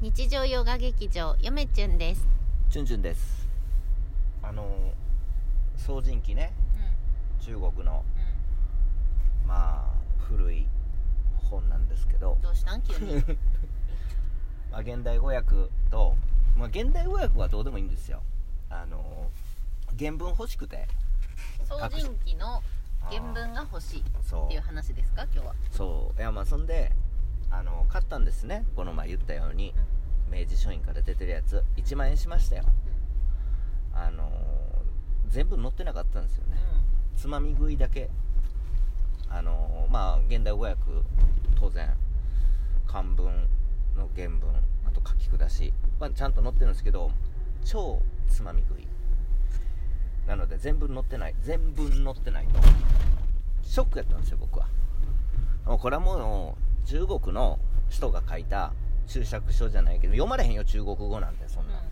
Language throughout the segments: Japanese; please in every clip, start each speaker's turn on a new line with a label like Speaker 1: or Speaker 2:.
Speaker 1: 日常ヨガ劇場よめちゅんです
Speaker 2: チュンチュンですあのー総人機ね
Speaker 1: う
Speaker 2: 中国の
Speaker 1: んう
Speaker 2: まあ古い本なんですけど
Speaker 1: ん、どうしたん急 に
Speaker 2: まあ、現代語訳と、まあ、現代語訳はどうでもいいんですよあのー原文欲しくて
Speaker 1: 総人機の原
Speaker 2: あ
Speaker 1: 文が欲しいっ
Speaker 2: ーそ
Speaker 1: ていう
Speaker 2: う
Speaker 1: 話ですか今日は、
Speaker 2: そういやまあそんであのー買ったんですねこの前言ったように明治書院から出てるやつ1万円しましたよあのー全部載ってなかったんですよねつまみ食いだけあのまあ現代語訳当然漢文の原文あと書き下しはちゃんと載ってるんですけど超つまみ食いなので全文載ってない全文載ってないとショックやったんですよ僕はもうこれはもう中国の人が書いた注釈書じゃないけど読まれへんよ中国語なんてそん
Speaker 1: うんうん
Speaker 2: な、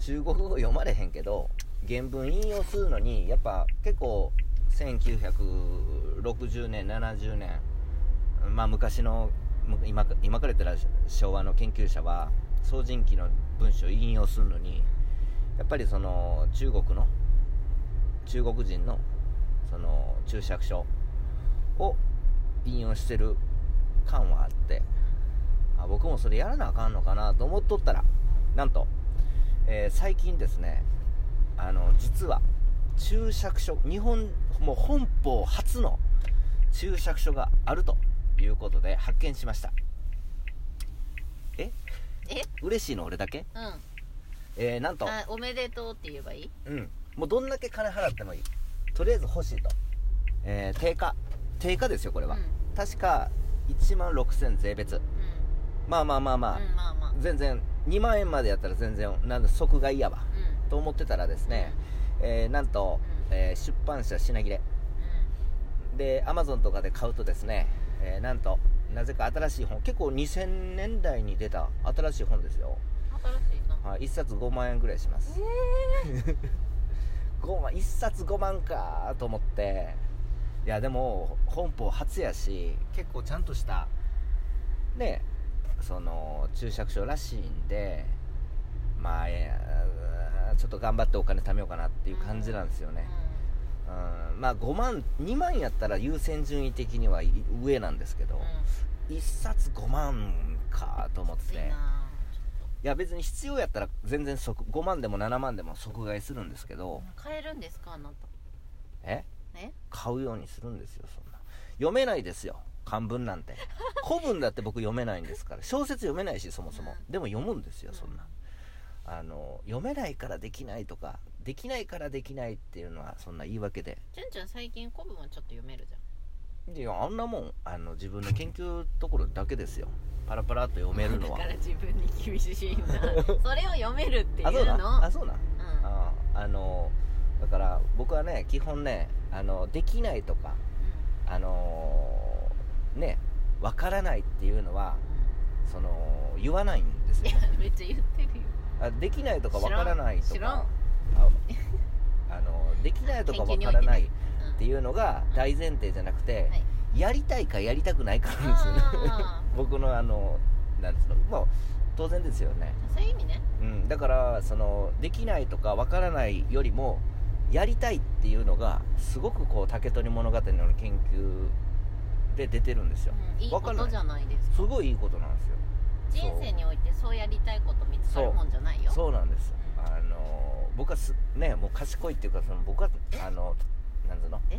Speaker 2: 中国語読まれへんけど原文引用するのにやっぱ結構1960年70年まあ昔のむ今か今から言ったら昭和の研究者は総人記の文章を引用するのにやっぱりその中国の中国人のその注釈書を引用してる感はあってあ僕もそれやらなあかんのかなと思っとったらなんと、えー最近ですねあの実は注釈書日本もう本邦初の注釈書があるということで発見しましたえ
Speaker 1: え
Speaker 2: 嬉しいの俺だけ
Speaker 1: うん、うん
Speaker 2: えーなんと
Speaker 1: あおめでとうって言えばいい
Speaker 2: うん、もうどんだけ金払ってもいいとりあえず欲しいと、えー定価定価ですよこれは、
Speaker 1: うん
Speaker 2: 確か1万6000税別
Speaker 1: う
Speaker 2: まあまあまあまあ
Speaker 1: ん、うん、まあまあ
Speaker 2: 全然2万円までやったら全然なんで即買いやわ
Speaker 1: うんうん
Speaker 2: と思ってたらですね、えーなんと、えー出版社品切れでアマゾンとかで買うとですね、えーなんとなぜか新しい本結構2000年代に出た新しい本ですよ、
Speaker 1: 新しいな
Speaker 2: はい、1冊5万円ぐらいします5万1冊5万かと思っていやでも本邦初やし結構ちゃんとしたねその注釈書らしいんでまあえーちょっと頑張ってお金貯めようかなっていう感じなんですよね、うん、まあ5万2万やったら優先順位的にはい上なんですけ
Speaker 1: う
Speaker 2: ど
Speaker 1: ん、うん
Speaker 2: 1冊5万かと思っ
Speaker 1: きつい
Speaker 2: て
Speaker 1: ない
Speaker 2: や別に必要やったら全然即5万でも7万でも即買いするんですけど
Speaker 1: 買えるんですかあなた
Speaker 2: え
Speaker 1: え
Speaker 2: 買うようにするんですよそんな読めないですよ漢文な んて古文だって僕読めないんですから小説読めないしそもそも
Speaker 1: う
Speaker 2: でも読むんですよそんなあの読めないからできないとかできないからできないっていうのはそんな言い訳で
Speaker 1: ちゅんちゅん最近古文はちょっと読めるじゃん
Speaker 2: いやあんなもんあの自分の研究ところだけですよパラパラっと読める のは
Speaker 1: だから自分に厳し いなそれを読めるっていう
Speaker 2: あそう
Speaker 1: の
Speaker 2: なあそうなああのだから僕はね基本ねあのできないとかあのねわからないっていうのはその言わないん ですよね
Speaker 1: うんうんめっちゃ言ってるよ
Speaker 2: あできないとかわからないと
Speaker 1: 知らん
Speaker 2: かああのできないとかわ
Speaker 1: 研究に
Speaker 2: か
Speaker 1: おいて
Speaker 2: ら
Speaker 1: ね
Speaker 2: ないっ
Speaker 1: うん
Speaker 2: ていうのが大前提じゃなくて、
Speaker 1: はい
Speaker 2: やりたいかやりたくないかなんですよね
Speaker 1: あ
Speaker 2: 僕のあのなんですのまあ当然ですよね、
Speaker 1: ーそういう意味ね
Speaker 2: うん、だからそのできないとかわからないよりもやりたいっていうのがすごくこう竹取物語の研究で出てるんですよ
Speaker 1: うんいい
Speaker 2: わ
Speaker 1: こ
Speaker 2: かんない
Speaker 1: とじゃないです
Speaker 2: すごいいいことなんですよ
Speaker 1: 人生においてそうやりたいこと見つかるもんじゃないよ
Speaker 2: そうなんです
Speaker 1: うん
Speaker 2: あの僕はすねもう賢いっていうかその僕はあのなんつうの
Speaker 1: え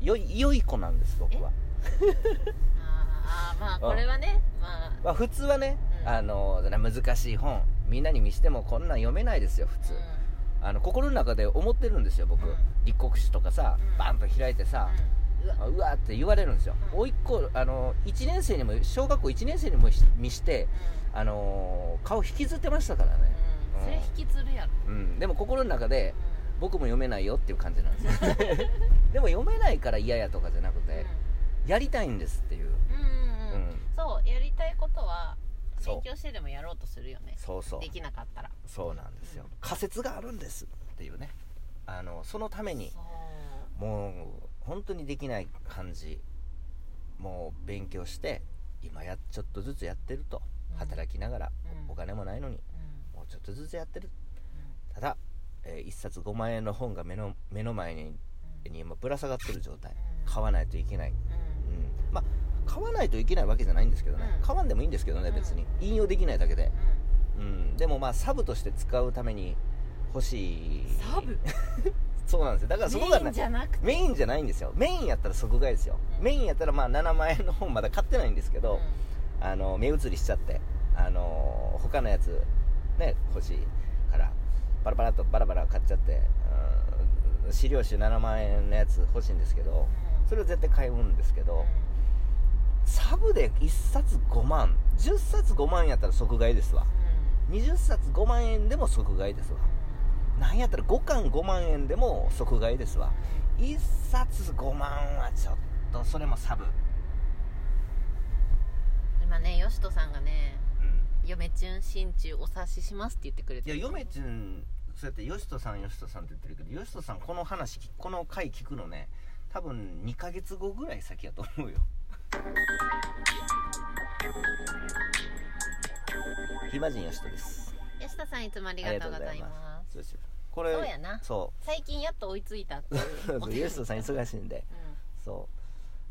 Speaker 2: 良い良い子なんです僕
Speaker 1: あ
Speaker 2: は、
Speaker 1: ーあーまあこれはねまあ
Speaker 2: まあ、普通はね、
Speaker 1: うん
Speaker 2: あの難しい本みんなに見してもこんなん読めないですよ普通、あの心の中で思ってるんですよ僕、
Speaker 1: うん
Speaker 2: 立国史とかさ、
Speaker 1: うん
Speaker 2: バンと開いてさ、
Speaker 1: うんうんうわ
Speaker 2: あうわーって言われるんですよ、
Speaker 1: うん
Speaker 2: おいっ子あの1年生にも小学校1年生にも見してあのー顔引きずってましたからね、
Speaker 1: うんうんそれ引きつるやろ
Speaker 2: うん、でも心の中で
Speaker 1: うん
Speaker 2: 僕も読めないよっていう感じなんですよ でも読めないから嫌やとかじゃなくて、やりたいんですっていう、
Speaker 1: うんうん
Speaker 2: う
Speaker 1: うんんうんそうやりたいことは
Speaker 2: そう
Speaker 1: 勉強してでもやろうとするよね
Speaker 2: そうそう
Speaker 1: できなかったら
Speaker 2: そうなんですよ仮説があるんですっていうねあのそのために
Speaker 1: そう
Speaker 2: もう本当にできない感じもう勉強して今やちょっとずつやってると
Speaker 1: うん
Speaker 2: 働きながら
Speaker 1: うん
Speaker 2: お金もないのにもうちょっとずつやってるただ、え1冊5万円の本が目の目の前にに今ぶら下がってる状態買わないといけない、うん、まあ買わないといけないわけじゃないんですけどね、
Speaker 1: うん
Speaker 2: 買わんでもいいんですけどね
Speaker 1: うん
Speaker 2: 別に引用できないだけで、うん、でもまあサブとして使うために欲しい
Speaker 1: サブ
Speaker 2: そうなんですよだからそこが
Speaker 1: メイ
Speaker 2: ね
Speaker 1: ンじゃなくて
Speaker 2: メインじゃないんですよメインやったら即買いですよ、
Speaker 1: うん
Speaker 2: メインやったらまあ7万円の本まだ買ってないんですけ
Speaker 1: うん
Speaker 2: ど、あの目移りしちゃってあの他のやつね欲しいからバラバラっとバラバラ買っちゃって、うん、資料集7万円のやつ欲しいんですけどそれを絶対買うんですけど、サブで1冊5万10冊5万やったら即買いですわ20冊5万円でも即買いですわなんやったら5巻5万円でも即買いですわ1冊5万はちょっとそれもサブ、
Speaker 1: 今ねよしとさんがね
Speaker 2: うん
Speaker 1: 「嫁チュン心中お察しします」って言ってくれ
Speaker 2: い
Speaker 1: て
Speaker 2: や
Speaker 1: る
Speaker 2: 嫁ちんそうやって「よしとさんよしとさん」って言ってるけどよしとさんこの話きこの回聞くのね多分2ヶ月後ぐらい先やと思うよ暇人よしとです
Speaker 1: よしとさんいつもありがとうございます
Speaker 2: そうですよこれ
Speaker 1: そうやな
Speaker 2: そ
Speaker 1: 最近やっと追いついたっていう
Speaker 2: そう よしとさん忙しいんで
Speaker 1: う
Speaker 2: そ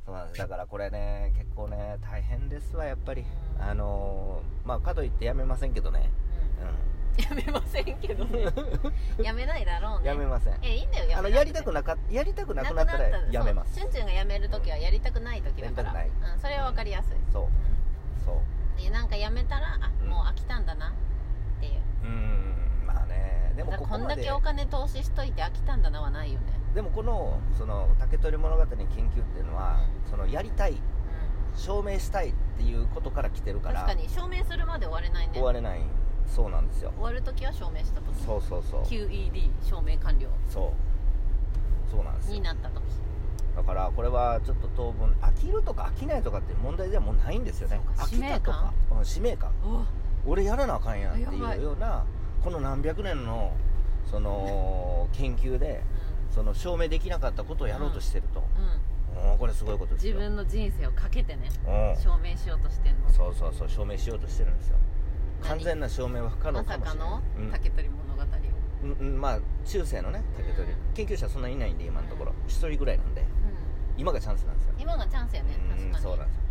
Speaker 2: うそうなんですだからこれね結構ね大変ですわやっぱりあのーまあかといってやめませんけどね
Speaker 1: んうんやめませんけど ねやめないだろう
Speaker 2: うん
Speaker 1: ね
Speaker 2: やめません
Speaker 1: えいいんだよ
Speaker 2: あの
Speaker 1: めな
Speaker 2: や
Speaker 1: く
Speaker 2: り
Speaker 1: て
Speaker 2: たくなかやりたくなくなったらやめます
Speaker 1: チュンチュンがやめるときはやりたくないときだから
Speaker 2: やりたく
Speaker 1: うん、それは分かりやすい、
Speaker 2: そうそう
Speaker 1: うんでなんかやめたらあ、
Speaker 2: うん
Speaker 1: もう飽きたんだなっていう
Speaker 2: うーんまあねでも
Speaker 1: だか
Speaker 2: こ
Speaker 1: ら
Speaker 2: こ
Speaker 1: こん
Speaker 2: ま
Speaker 1: だ
Speaker 2: で
Speaker 1: けお金投資しといて飽きたんだなはないよね、
Speaker 2: でもこのその竹取物語研究っていうのはそのやりたい
Speaker 1: うん、
Speaker 2: 証明したいっていうことから来てるか
Speaker 1: 確
Speaker 2: ら
Speaker 1: かに証明するまで終われないね
Speaker 2: 終われないそうなんですよ
Speaker 1: 終わるときは証明したとき
Speaker 2: そうそうそう
Speaker 1: QED 証明完了
Speaker 2: そうそうなんです
Speaker 1: に
Speaker 2: よ
Speaker 1: なったとき、
Speaker 2: だからこれはちょっと当分飽きるとか飽きないとかっていう問題ではもうないんですよね
Speaker 1: そうか
Speaker 2: 飽きたとかうん使命感
Speaker 1: お
Speaker 2: 俺やらなあかんやんって
Speaker 1: やば
Speaker 2: い
Speaker 1: いう
Speaker 2: ようなこの何百年の その研究でその証明できなかったことをやろうとしてると、
Speaker 1: うんうん
Speaker 2: うんこれすごいことです
Speaker 1: 自
Speaker 2: よ
Speaker 1: 分の人生をかけてね
Speaker 2: うん
Speaker 1: 証明しようとしてんの
Speaker 2: そうそうそう証明しようとしてるんですよ
Speaker 1: 何
Speaker 2: 完全な証明は不可
Speaker 1: ま
Speaker 2: 能か
Speaker 1: さ
Speaker 2: も
Speaker 1: か
Speaker 2: しれな
Speaker 1: の
Speaker 2: い、うん
Speaker 1: 竹取物語を、
Speaker 2: うんうんまあ中世のね竹取、
Speaker 1: うん
Speaker 2: 研究者そんなにいないんで今のところ一人ぐらいなんで今がチャンスなんですよ
Speaker 1: 今がチャンスやね確
Speaker 2: うん
Speaker 1: かに
Speaker 2: そうなんですよ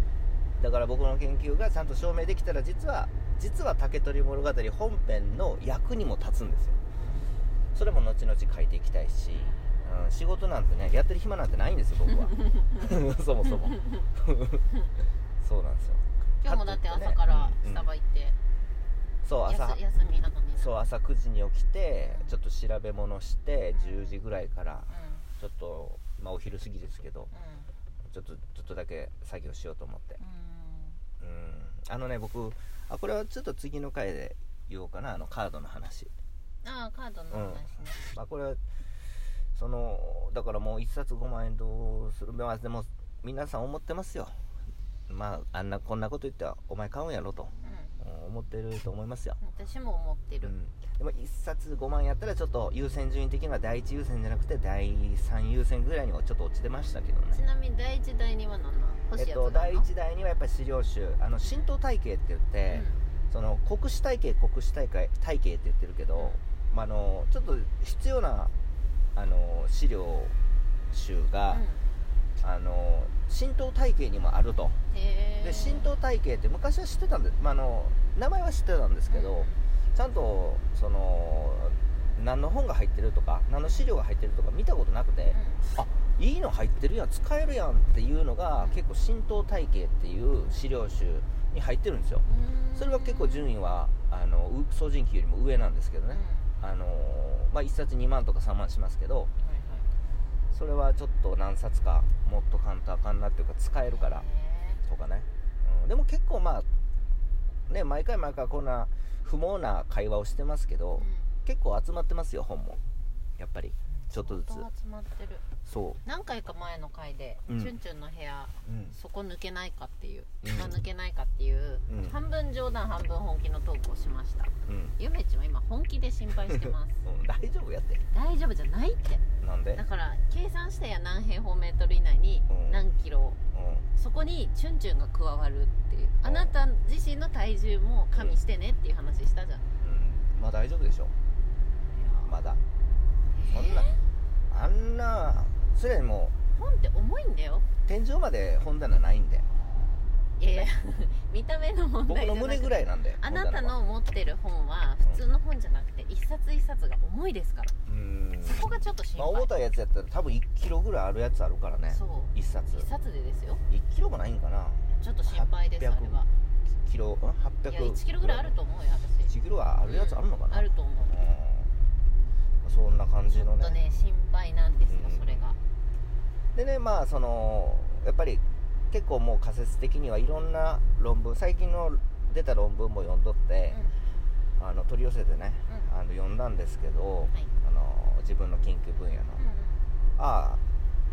Speaker 2: だから僕の研究がちゃんと証明できたら実は実は竹取物語本編の役にも立つんですよそれも後々書いていきたいし、うん、仕事なんてねやってる暇なんてないんですよ僕は そもそも そうなんですよ
Speaker 1: 今日もだって朝からスタバ行って、
Speaker 2: そう
Speaker 1: やす
Speaker 2: 朝
Speaker 1: 休みなのに
Speaker 2: そう
Speaker 1: う、
Speaker 2: 朝9時に起きて
Speaker 1: うん
Speaker 2: ちょっと調べ物して
Speaker 1: うん
Speaker 2: 10時ぐらいから
Speaker 1: う
Speaker 2: ちょっとまあお昼過ぎですけど
Speaker 1: ん
Speaker 2: ちょっとちょっとだけ作業しようと思って
Speaker 1: う
Speaker 2: うんあのね僕あこれはちょっと次の回で言おうかなあのカードの話、
Speaker 1: ん、ああカードの話ね、
Speaker 2: まあ、これはそのだからもう1冊5万円どうするまあでも皆さん思ってますよまああんなこんなこと言ってはお前買うんやろと
Speaker 1: う
Speaker 2: うん思ってると思いますよ
Speaker 1: ん、私も思ってる、
Speaker 2: でも1冊5万やったらちょっと優先順位的には第1優先じゃなくて第3優先ぐらいにはちょっと落ちてましたけど
Speaker 1: ち
Speaker 2: ね
Speaker 1: なみに第一第二は何なの欲
Speaker 2: え
Speaker 1: しい
Speaker 2: っ
Speaker 1: やつなの、
Speaker 2: と、第1第2はやっぱり資料集あの浸透体系って言っ
Speaker 1: うん
Speaker 2: て、その国史体系国史体系体系って言ってるけど、まあ、あのちょっと必要なあの資料集が、あの浸透体系にもあると
Speaker 1: うん、へえ
Speaker 2: で浸透体系って昔は知ってたんで、まあ、あの名前は知ってたんですけど、ちゃんとその何の本が入ってるとか何の資料が入ってるとか見たことなくて、いいの入ってるやん使えるやんっていうのが結構浸透体系っていう資料集に入ってるんですよ
Speaker 1: うん
Speaker 2: それは結構順位はあのう総人給よりも上なんですけど
Speaker 1: うん
Speaker 2: ね、あのまあ、1冊2万とか3万しますけど
Speaker 1: はいはい
Speaker 2: それはちょっと何冊かもっと簡単あかんなっていうか使えるから
Speaker 1: へ
Speaker 2: とかね、うん、でも結構まあね毎回毎回こんな不毛な会話をしてますけ
Speaker 1: え
Speaker 2: ど、
Speaker 1: うん
Speaker 2: 結構集まってますよ本もやっぱりちょっとずつ
Speaker 1: 音が詰まってる
Speaker 2: そ
Speaker 1: 何回か前の回で、
Speaker 2: うん
Speaker 1: チュンチュンの部屋
Speaker 2: う、うん、
Speaker 1: そこ抜けないかっていう
Speaker 2: うん
Speaker 1: そこ抜けないかっていう、
Speaker 2: うん
Speaker 1: 半分冗談半分本気のトークをしました
Speaker 2: うん、
Speaker 1: ゆめちも今本気で心配して ます
Speaker 2: うん大丈夫やって
Speaker 1: 大丈夫じゃないって
Speaker 2: なんで
Speaker 1: だから計算してや何平方メートル以内に
Speaker 2: うん
Speaker 1: 何キロ
Speaker 2: う
Speaker 1: そこにチュンチュンが加わるっていうあなた自身の体重も加味してねっていう話したじゃん、
Speaker 2: ん、うん、まあ大丈夫でしょまだそんな
Speaker 1: え
Speaker 2: あんなすでにも
Speaker 1: ー本って重いんだよ
Speaker 2: う天井まで本棚ないんで
Speaker 1: いやいや 見た目の問題
Speaker 2: 僕
Speaker 1: じゃなく
Speaker 2: の
Speaker 1: て
Speaker 2: 胸ぐらいなんで
Speaker 1: あなたの持ってる本は普通の本じゃなくて一冊一冊が重いですから
Speaker 2: うん
Speaker 1: そこがちょっと心
Speaker 2: まあ
Speaker 1: 配、
Speaker 2: 重たいやつやったら多分1キロぐらいあるやつあるからね
Speaker 1: そう
Speaker 2: 1冊
Speaker 1: 一冊でですよ
Speaker 2: 1キロもないんかな
Speaker 1: ちょっと心配ですあれ
Speaker 2: 800
Speaker 1: は
Speaker 2: キロん800
Speaker 1: いや1キロぐらいあると思うよ私
Speaker 2: 1キロはあるやつあるのかな、
Speaker 1: あると思う
Speaker 2: うんそんな感
Speaker 1: ち
Speaker 2: じ
Speaker 1: ょ
Speaker 2: の
Speaker 1: っとね心配なんですよ、
Speaker 2: うん
Speaker 1: それが
Speaker 2: でねまあそのやっぱり結構もう仮説的にはいろんな論文最近の出た論文も読んどって、あの取り寄せてね、
Speaker 1: うん
Speaker 2: あの読んだんですけど、
Speaker 1: はい
Speaker 2: あの自分の研究分
Speaker 1: うん
Speaker 2: 野の、
Speaker 1: うん
Speaker 2: ああ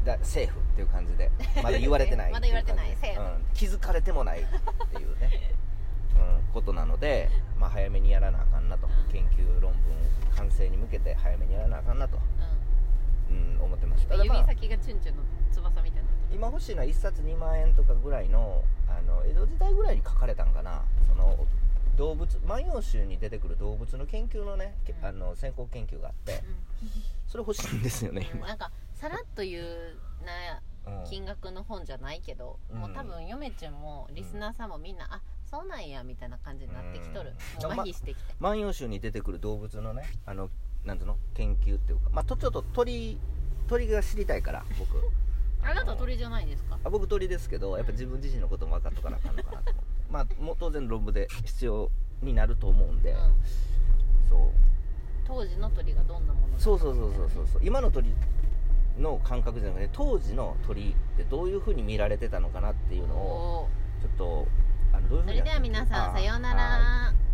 Speaker 2: だセーフっていう感 じでまだ言われてない
Speaker 1: まだ言われてない
Speaker 2: ってう
Speaker 1: セーフ
Speaker 2: 感じうん、気づかれてもないっていう ね、うん、ことなので、まあ、早めにやらなあかんなと、
Speaker 1: うん
Speaker 2: 研究論文完成に向けて早めにやらなあかんなと、うん、思ってますた
Speaker 1: うん、
Speaker 2: だ
Speaker 1: 今
Speaker 2: まあ
Speaker 1: 指先がチュンチュンの翼みたいになってる
Speaker 2: 今欲しいのは1冊2万円とかぐらいのあの江戸時代ぐらいに書かれたんかなその動物「万葉集」に出てくる動物の研究のね、け
Speaker 1: うん
Speaker 2: あの先行研究があって
Speaker 1: う
Speaker 2: それ欲しいんですよね
Speaker 1: んうん、
Speaker 2: 今、
Speaker 1: なんかさらっと言うな
Speaker 2: うん
Speaker 1: 金額の本じゃないけど、
Speaker 2: うん
Speaker 1: もう多分嫁ちゃんもリスナーさんもみんな、あそうなんやみたいな感じになってきとる、
Speaker 2: う
Speaker 1: も
Speaker 2: ん
Speaker 1: う麻痺してきて、
Speaker 2: 万葉集に出てくる動物のねあのなんつうの研究っていうかまあとちょっと鳥鳥が知りたいから僕
Speaker 1: あなた
Speaker 2: の
Speaker 1: 鳥じゃないですか
Speaker 2: あ僕鳥ですけどやっぱ自分自身のことも分かっとかなあかんのかなと思ってまあもう当然論文で必要になると思うんで、
Speaker 1: うん
Speaker 2: そう
Speaker 1: 当時の鳥がどんなものだった
Speaker 2: そうそうそうそうそうそう今の鳥の感覚じゃなくて当時の鳥ってどういうふうに見られてたのかなっていうの
Speaker 1: お
Speaker 2: をちょっとあのどういう
Speaker 1: ー
Speaker 2: ふう
Speaker 1: そ
Speaker 2: に
Speaker 1: れ
Speaker 2: や
Speaker 1: で
Speaker 2: って
Speaker 1: は
Speaker 2: みて
Speaker 1: 皆さん
Speaker 2: あー
Speaker 1: さような
Speaker 2: はい
Speaker 1: ら